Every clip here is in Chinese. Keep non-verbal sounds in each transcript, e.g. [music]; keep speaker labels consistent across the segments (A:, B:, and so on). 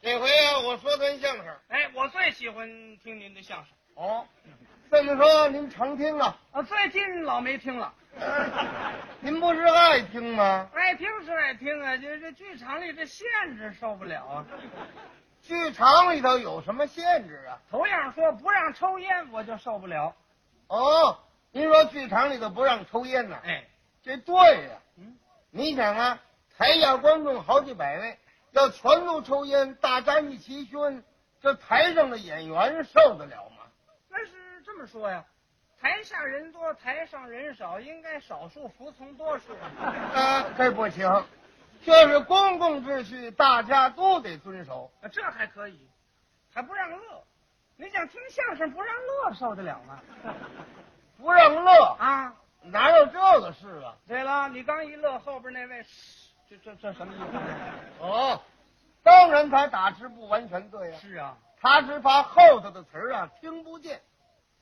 A: 这回啊，我说段相声。
B: 哎，我最喜欢听您的相声，
A: 哦，这么说您常听
B: [laughs]
A: 啊？
B: 啊，最近老没听了，
A: 您不是爱听吗？
B: 爱听是哎爱听啊，就是这剧场里这限制受不了啊。
A: 剧场里头有什么限制啊？
B: 头样说不让抽烟，我就受不了。
A: 哦，您说剧场里头不让抽烟呢？
B: 哎，
A: 这对呀、
B: 嗯，
A: 你想啊，台下观众好几百位，要全都抽烟，大家一起熏，这台上的演员受得了吗？
B: 那是这么说呀，台下人多，台上人少，应该少数服从多数啊。
A: 啊，这不行，这是公共秩序，大家都得遵守。
B: 啊这还可以，还不让乐。你想听相声不让乐受得了吗？
A: 不让乐，
B: 啊，
A: 哪有这个事啊？
B: 对了，你刚一乐，后边那位，嘶这这这什么意思？
A: 哦，当然他打字不完全对呀、
B: [laughs] 是啊，
A: 他只把后头的词儿啊听不见，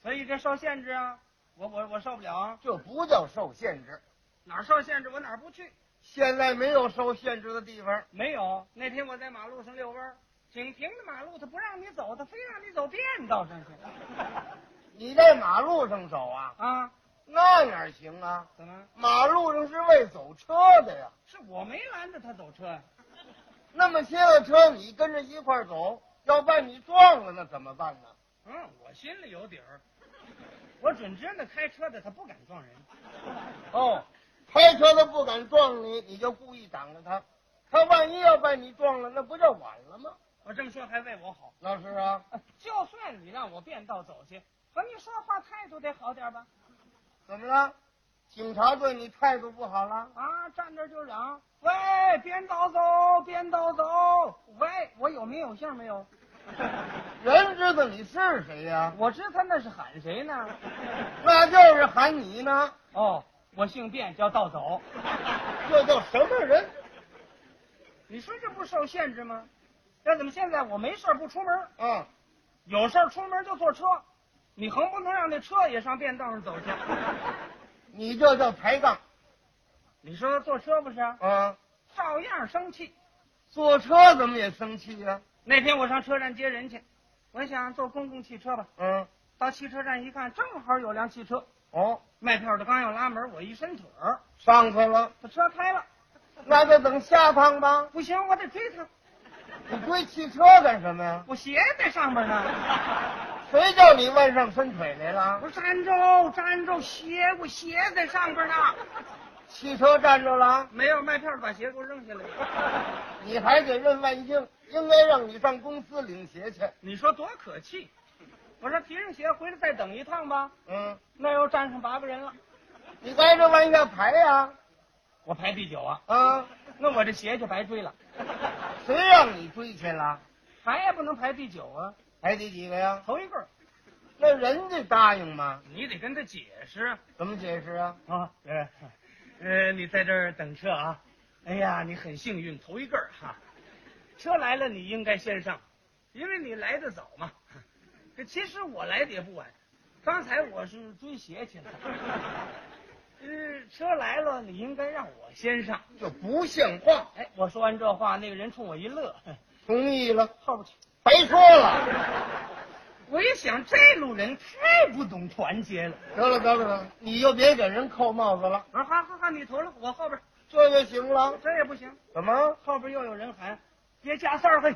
B: 所以这受限制啊，我我我受不了啊，
A: 这不叫受限制。
B: 哪儿受限制我哪儿不去。
A: 现在没有受限制的地方，
B: 没有，那天我在马路上遛弯儿，仅凭着马路，他不让你走，他非让你走便道上去。 [laughs]
A: 你在马路上走啊，
B: 啊，
A: 那哪行啊？
B: 怎么？
A: 马路上是为走车的呀。
B: 是我没拦着他走车啊呀？
A: 那么些个车，你跟着一块儿走，要把你撞了，那怎么办呢？
B: 嗯，我心里有底儿，我准知道开车的他不敢撞人。
A: 哦，开车的不敢撞你，你就故意挡着他，他万一要把你撞了，那不就晚了吗？
B: 我这么说还为我好。
A: 老师啊，
B: 就算你让我变道走去，可你说话态度得好点吧？
A: 怎么了？警察对你态度不好了？
B: 啊，站那儿就嚷，喂，变道走，变道走，喂，我有没有信儿没有？ [laughs]
A: 人知道你是谁呀、
B: 我知他那是喊谁呢？
A: 那就是喊你呢。
B: 哦，我姓卞，叫道走。
A: 这叫什么人？
B: 你说这不受限制吗？那怎么现在我没事儿不出门，
A: 啊，
B: 有事儿出门就坐车？你横不能让那车也上便道上走去。 [laughs]
A: 你这叫抬杠
B: 你说坐车不是啊，
A: 啊！
B: 照样生气。
A: 坐车怎么也生气呀、
B: 那天我上车站接人去，我想坐公共汽车吧。
A: 嗯，
B: 到汽车站一看，正好有辆汽车，
A: 哦，
B: 卖票的刚要拉门，我一伸腿儿，
A: 上去了，
B: 把车开了。
A: 那就等下趟吧。
B: 不行，我得追他，
A: 你追汽车干什么呀？
B: 我鞋在上面呢。
A: 谁叫你弯上伸腿来
B: 我
A: 了？
B: 说站住，站住，鞋，我鞋在上边呢。
A: 汽车站着了，
B: 没有卖票的把鞋给我扔下来。
A: 你还给任万兴，应该让你上公司领鞋去。
B: 你说多可气！我说提上鞋回来再等一趟吧，
A: 嗯，
B: 那又站上八个人了，
A: 你该着往下排呀、
B: 我排第九啊，
A: 啊，
B: 那我这鞋就白追了， [laughs]
A: 谁让你追去了？
B: 排也不能排第九啊，
A: 排第几个呀？
B: 头一个，
A: 那人家答应吗？
B: 你得跟他解释
A: 怎么解释啊？
B: 啊，呃，呃，你在这儿等车啊，哎呀，你很幸运，头一个儿哈，车来了你应该先上，因为你来的早嘛，这其实我来的也不晚，刚才我是追鞋去了，呃，车来了你应该让我先上。
A: 这不像话！
B: 哎，我说完这话，那个人冲我一乐，
A: 同意了，
B: 后边去。
A: 白说了。
B: 我一想，这路人太不懂团结了。
A: 得了得了得了，你就别给人扣帽子了，
B: 我说好好好，你投了，我后边
A: 这就行了。
B: 这也不行，
A: 怎么？
B: 后边又有人喊，别加塞儿嘿。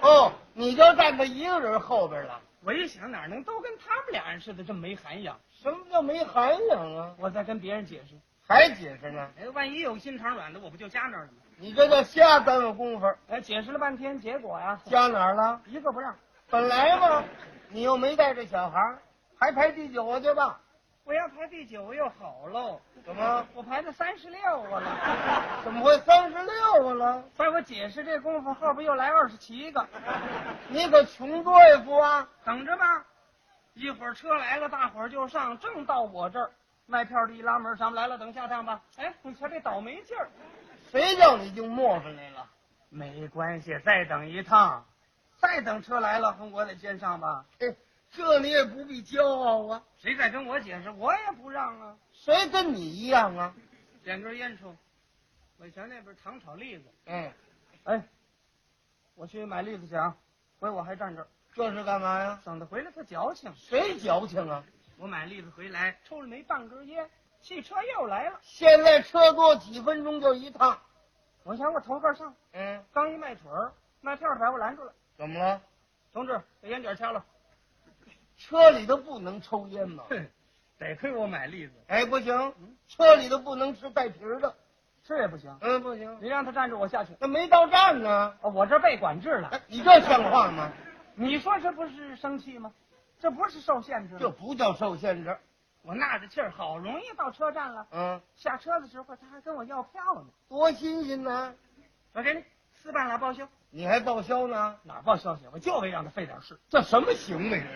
A: 哦，你就站在一个人后边了？
B: 我一想，哪能都跟他们俩人似的这么没涵养？
A: 什么叫没涵养啊？
B: 我再跟别人解释，
A: 还解释呢？
B: 哎，万一有心肠软的，我不就加那儿了吗？
A: 你这叫瞎耽误功夫，
B: 哎，解释了半天，结果呀，
A: 加哪儿了？
B: 一个不让。
A: 本来嘛，你又没带着小孩儿，还排第九去吧？
B: 我要排第九又好喽，
A: 怎么？
B: 我排到三十六啊了。
A: 怎么会三十六啊了？
B: 在我解释这功夫，后边又来二十七个。
A: 你可穷对付啊！
B: 等着吧，一会儿车来了，大伙儿就上，正到我这儿，卖票的一拉门，咱们来了，等下趟吧。哎，你瞧这倒霉劲儿。
A: 谁叫你就磨上来了？
B: 没关系，再等一趟，再等车来了，我得先上吧。
A: 嘿，哎这你也不必骄傲啊！
B: 谁再跟我解释，我也不让啊。
A: 谁跟你一样啊？
B: 点根烟抽，我瞧那边糖炒栗子，
A: 嗯，
B: 哎，我去买栗子去啊，回我还站这儿，
A: 这是干嘛呀？
B: 省得回来他矫情。
A: 谁矫情啊？
B: 我买栗子回来，抽了没半根烟，汽车又来了。
A: 现在车多，几分钟就一趟。
B: 我想我头盖上，
A: 嗯，
B: 刚一迈腿儿，卖票的把我拦住了。
A: 怎么了？
B: 同志，把烟卷掐了。
A: 车里头不能抽烟吗？ [laughs]
B: 哼，得亏我买栗子，
A: 哎，不行，车里头不能吃带皮儿的。
B: 吃也不行。
A: 嗯，不行，
B: 你让他站着，我下去。
A: 那没到站呢。
B: 哦，我这被管制了。
A: 哎你这像话吗？
B: 你说这不是生气吗？这不是受限制
A: 这
B: 吗？
A: 不叫受限制。
B: 我纳着气儿，好容易到车站了。
A: 嗯，
B: 下车的时候，他还跟我要票呢。
A: 多新鲜呢！
B: 我给你四半拉报销，
A: 你还报销呢？
B: 哪报销去？我就为让他费点事。
A: 这什么行为啊？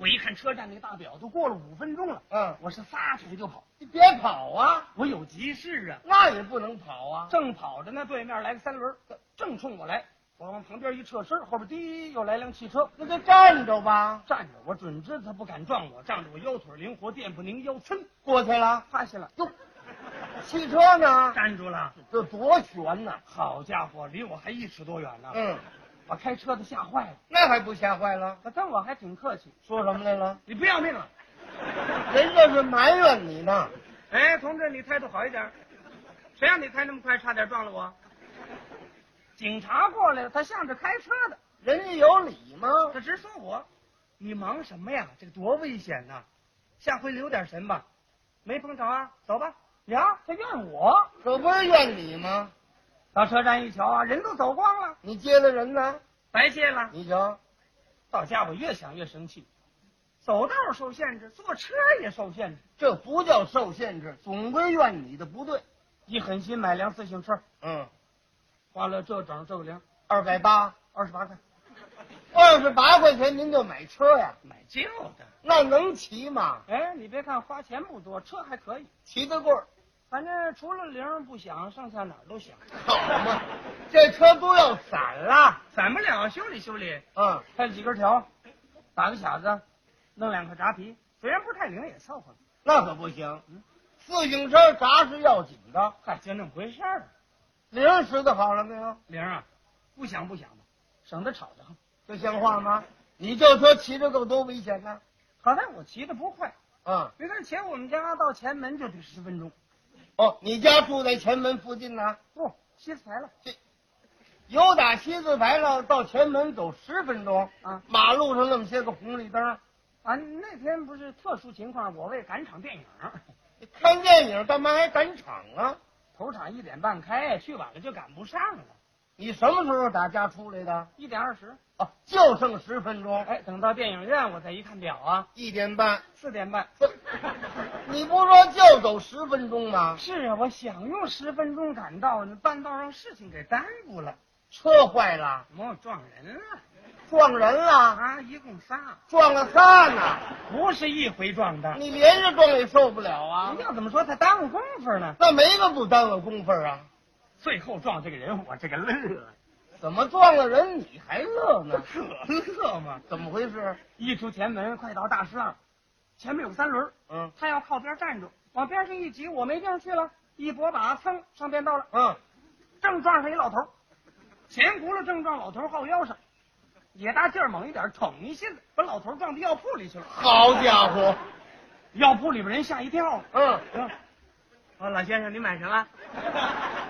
B: 我一看车站那个大表，都过了五分钟了。
A: 嗯，
B: 我是撒腿就跑，
A: 你别跑啊，
B: 我有急事啊！
A: 那也不能跑啊。
B: 正跑着呢，对面来个三轮，呃正冲我来。我往旁边一撤身，后边滴又来辆汽车，
A: 那就站着吧，
B: 站着我准知道他不敢撞我，仗着我腰腿灵活，垫步拧腰，噌
A: 过去了。
B: 趴下了，
A: 哟，汽车呢？
B: 站住了。
A: 这多悬呐！
B: 好家伙，离我还一尺多远呢！
A: 嗯，
B: 把开车的吓坏了，
A: 那还不吓坏了？
B: 他跟我还挺客气，
A: 说什么来了？
B: 你不要命了？
A: 人这是埋怨你呢。
B: 哎，同志，你态度好一点，谁让你开那么快，差点撞了我？警察过来了，他向着开车的，
A: 人家有理吗？
B: 他直说我，你忙什么呀？这个多危险呐、下回留点神吧。没碰着啊，走吧。呀，他怨我。
A: 这不是怨你吗？
B: 到车站一瞧啊，人都走光了，
A: 你接的人呢？
B: 白谢了。
A: 你瞧，
B: 到家我越想越生气，走道受限制，坐车也受限制。
A: 这不叫受限制，总归怨你的不对。
B: 一狠心买辆自行车，
A: 嗯，
B: 花了这整这个零，
A: 二百八，
B: 二十八块，
A: 二十八块钱您就买车呀？
B: 买旧的。
A: 那能骑吗？
B: 哎，你别看花钱不多，车还可以，
A: 骑得过，
B: 反正除了零不响，剩下哪儿都响。
A: 好嘛？这车都要散了。
B: 散不了，修理修理，
A: 嗯，
B: 配几根条，打个卡子，弄两个炸皮，虽然不太灵，也凑合了。
A: 那可不行。自行车闸是要紧的，
B: 嗨，就那么回事儿。
A: 零拾的好了没有？
B: 零啊，不响不响吧，省得吵得慌。
A: 这像话吗？你这车骑着够多危险呢！
B: 好在我骑的不快，
A: 啊、
B: 你看前我们家到前门就得十分钟，
A: 哦，你家住在前门附近呢、
B: 不，西四哦牌了
A: 由打西字牌楼到前门走十分钟，
B: 啊
A: 马路上那么些个红绿灯，
B: 啊！那天不是特殊情况，我为赶场电影，
A: 你看电影干嘛还赶场啊？
B: 头场一点半开，去晚了就赶不上了，
A: 你什么时候打家出来的？
B: 一点二十。
A: 哦，就剩十分钟，
B: 哎，等到电影院我再一看表啊，
A: 一点半。
B: 四点半。
A: 这你不说就走十分钟吗？
B: 是啊，我想用十分钟赶到，那半道让事情给耽误了，
A: 车坏了，
B: 我撞人了
A: 撞人了，
B: 啊！一共仨，
A: 撞了仨呢，
B: 不是一回撞的。
A: 你连着撞也受不了啊
B: 您！要怎么说，他耽误功夫呢？
A: 那没个不耽误功夫啊。
B: 最后撞这个人，我这个乐啊，
A: 怎么撞了人你还乐
B: [laughs]
A: 呢？
B: 可乐嘛！
A: 怎么回事？
B: 一出前门，快到大石浪，前面有三轮，
A: 嗯
B: 他要靠边站住，往边上一挤，我没地方去了，一拨把，噌上便道了，
A: 嗯，
B: 正撞上一老头儿，前轱辘正撞老头儿后腰上，也大劲儿猛一点儿，捅一下子把老头儿撞到药铺里去了，
A: 好家伙，
B: 药铺里边人吓一跳。
A: 嗯，
B: 嗯，哦，老先生，你买什么？ [laughs]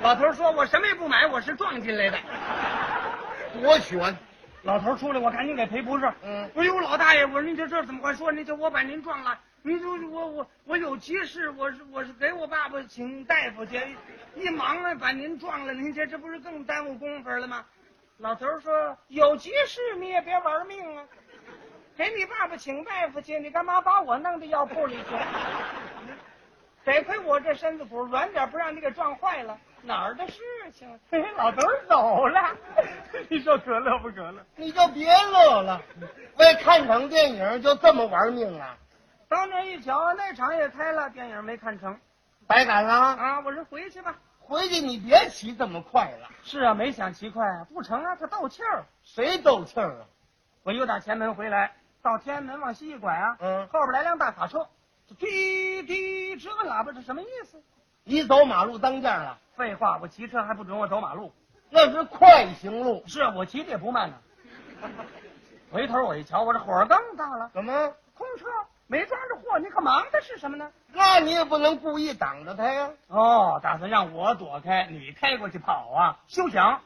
B: 老头儿说：“我什么也不买，我是撞进来的。
A: 多悬。”
B: 老头儿出来，我赶紧给赔不是。
A: 嗯
B: 哎呦，老大爷，我说您这这怎么会说？您这我把您撞了，您说我我我有急事，我是我是给我爸爸请大夫去，一忙啊把您撞了，您这这不是更耽误工夫了吗？老头儿说有急事你也别玩命啊，给你爸爸请大夫去，你干嘛把我弄到药铺里去？ [laughs] 得亏我这身子骨软点，不让你给撞坏了，哪儿的事情？嘿嘿 [laughs] 老头儿走了， [laughs] 你说可乐不可乐？
A: 你就别乐了，为看场电影就这么玩命啊？
B: 到那一瞧，那场也开了，电影没看成
A: 白赶了，
B: 啊，我说回去吧。
A: 回去你别骑这么快了，
B: 是啊，没想骑快啊，不成啊，他斗气儿。
A: 谁斗气儿啊？
B: 我又打前门回来，到天安门往西一拐啊，
A: 嗯
B: 后边来辆大卡车，滴滴直个喇叭，这什么意思？
A: 你走马路当间了，
B: 废话，我骑车还不准我走马路，
A: 那是快行路。
B: 是啊，我骑的也不慢呢。回头我一瞧，我这火更大了，
A: 怎么？
B: 空车没装着货，你可忙的是什么呢？
A: 那你也不能故意挡着他呀。
B: 哦，打算让我躲开，你开过去跑啊？休想！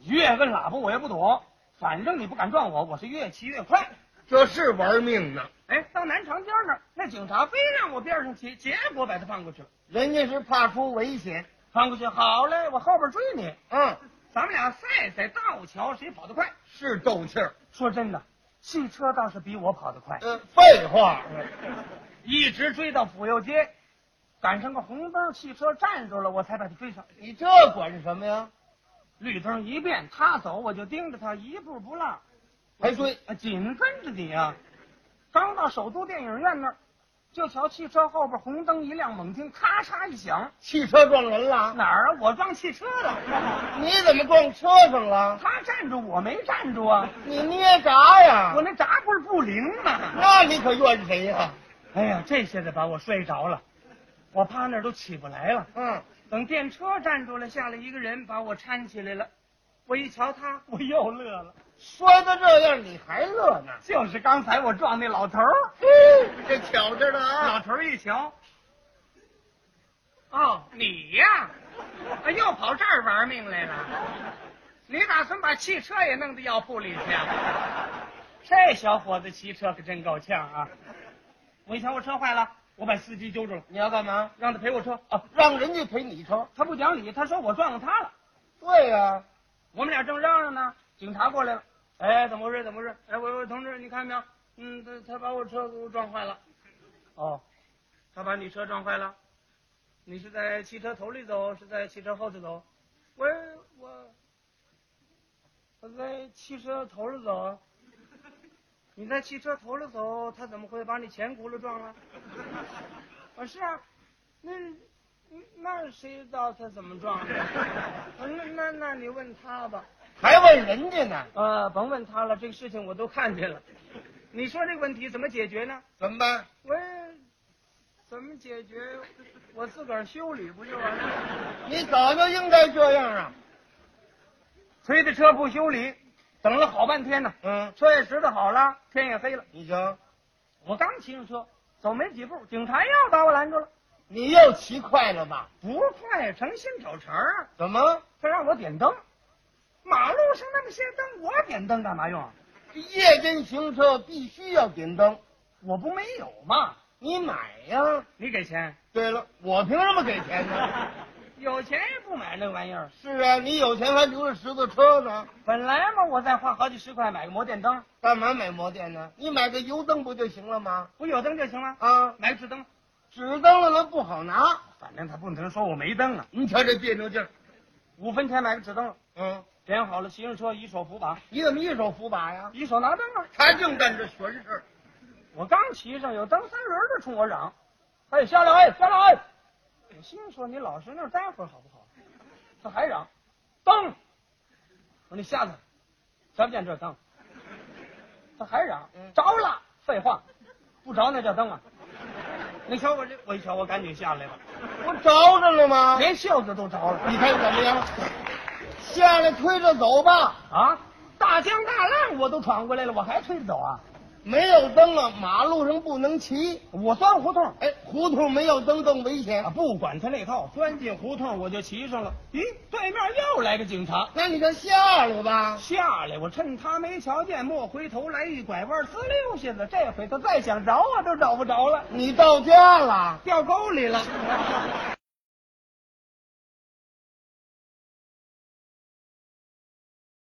B: 越跟喇叭我也不躲，反正你不敢撞我，我是越骑越快。
A: 这是玩命呢，
B: 哎，到南长街那儿，那警察非让我边上骑，结果把他放过去了。
A: 人家是怕出危险。
B: 翻过去，好嘞，我后边追你，
A: 嗯，
B: 咱们俩赛赛倒桥，谁跑得快？
A: 是斗气儿。
B: 说真的，汽车倒是比我跑得快，
A: 呃，废话，
B: 一直追到府右街，赶上个红灯，汽车站住了，我才把他追上。
A: 你这管什么呀？
B: 绿灯一变，他走我就盯着他，一步不落，
A: 还追？
B: 啊紧跟着你啊！刚到首都电影院那儿，就瞧汽车后边红灯一亮，猛听咔嚓一响，
A: 汽车撞人了？
B: 哪儿啊？我撞汽车了！
A: 你怎么撞车上了？
B: 他站住，我没站住啊！
A: 你捏闸呀？
B: 我那闸不是不灵吗？
A: 那你可怨谁呀？
B: 哎呀，这下子把我摔着了，我趴那儿都起不来了。
A: 嗯，
B: 等电车站住了，下来一个人把我搀起来了，我一瞧他，我又乐了，
A: 摔得这样，你还乐呢？
B: 就是刚才我撞那老头儿。
A: 嘿，嗯这巧着呢
B: 老
A: 啊！
B: 头儿一瞧，哦，你呀、啊，又跑这儿玩命来了？你打算把汽车也弄到药铺里去、啊？这小伙子骑车可真够呛啊！我一瞧我车坏了，我把司机揪住了，
A: 你要干嘛？
B: 让他赔我车啊！
A: 让人家赔你车？
B: 他不讲理，他说我撞了他了。
A: 对呀，
B: 我们俩正嚷嚷呢，警察过来了。哎，怎么回事？怎么回事？哎，我我同志，你看没有？嗯，他他把我车给我撞坏了。哦，他把你车撞坏了。你是在汽车头里走，是在汽车后头走？我我我在汽车头里走啊。你在汽车头里走，他怎么会把你前轱辘撞了？ [laughs] 啊，是啊，那那谁知道他怎么撞 [laughs] 的？啊那那那你问他吧。
A: 还问人家呢？
B: 呃，甭问他了，这个事情我都看见了。你说这个问题怎么解决呢？
A: 怎么办？
B: 我怎么解决？我自个儿修理不就完了？
A: 你早就应该这样啊。
B: 推的车不修理，等了好半天呢。
A: 嗯，
B: 车也拾掇好了，天也黑了。
A: 你瞧，
B: 我刚骑上车，走没几步，警察又把我拦住了。
A: 你又骑快了吧？
B: 不快，成心找茬儿啊！
A: 怎么？
B: 他让我点灯，马路上那么些灯，我点灯干嘛用啊？
A: 这夜间行车必须要点灯，
B: 我不没有嘛？
A: 你买呀。
B: 你给钱，
A: 对了，我凭什么给钱呢？
B: [laughs] 有钱也不买那个玩意儿。
A: 是啊，你有钱还留着十字车呢，
B: 本来嘛，我再花好几十块买个摩电灯，
A: 干嘛买摩电呢？你买个油灯不就行了吗？
B: 我有灯就行了，
A: 啊，
B: 买个纸灯。
A: 纸灯了那不好拿，
B: 反正他不能说我没灯啊。
A: 你瞧这别扭劲儿。
B: 五分钱买个纸灯，
A: 嗯，
B: 点好了，骑上车，一手扶把，
A: 你怎么一手扶把呀？
B: 一手拿灯啊。
A: 他净干这悬事儿
B: 我刚骑上，有蹬三轮的冲我嚷：“哎，下来，哎，下来！”哎我心说你老实那儿待会儿好不好？他还嚷：“蹬！”我说你下来，瞧不见这灯。他还嚷：“
A: 嗯
B: 着了！”废话，不着那叫灯啊！ [laughs] 你瞧我这，我一瞧我赶紧下来了，
A: 不着着了吗？
B: 啊连袖子都着了。
A: 你看怎么样？下来推着走吧，
B: 啊，大江大浪我都闯过来了，我还推着走啊？
A: 没有灯了，马路上不能骑。
B: 我钻胡同，
A: 哎，胡同没有灯更危
B: 啊，
A: 险。
B: 不管他那套，钻进胡同我就骑上了。咦，对面又来个警察，
A: 那你就下来吧。
B: 下来我趁他没瞧见，莫回头来一拐弯，滋溜下子。这回他再想找我都找不着了，
A: 你到家了。
B: 掉沟里了。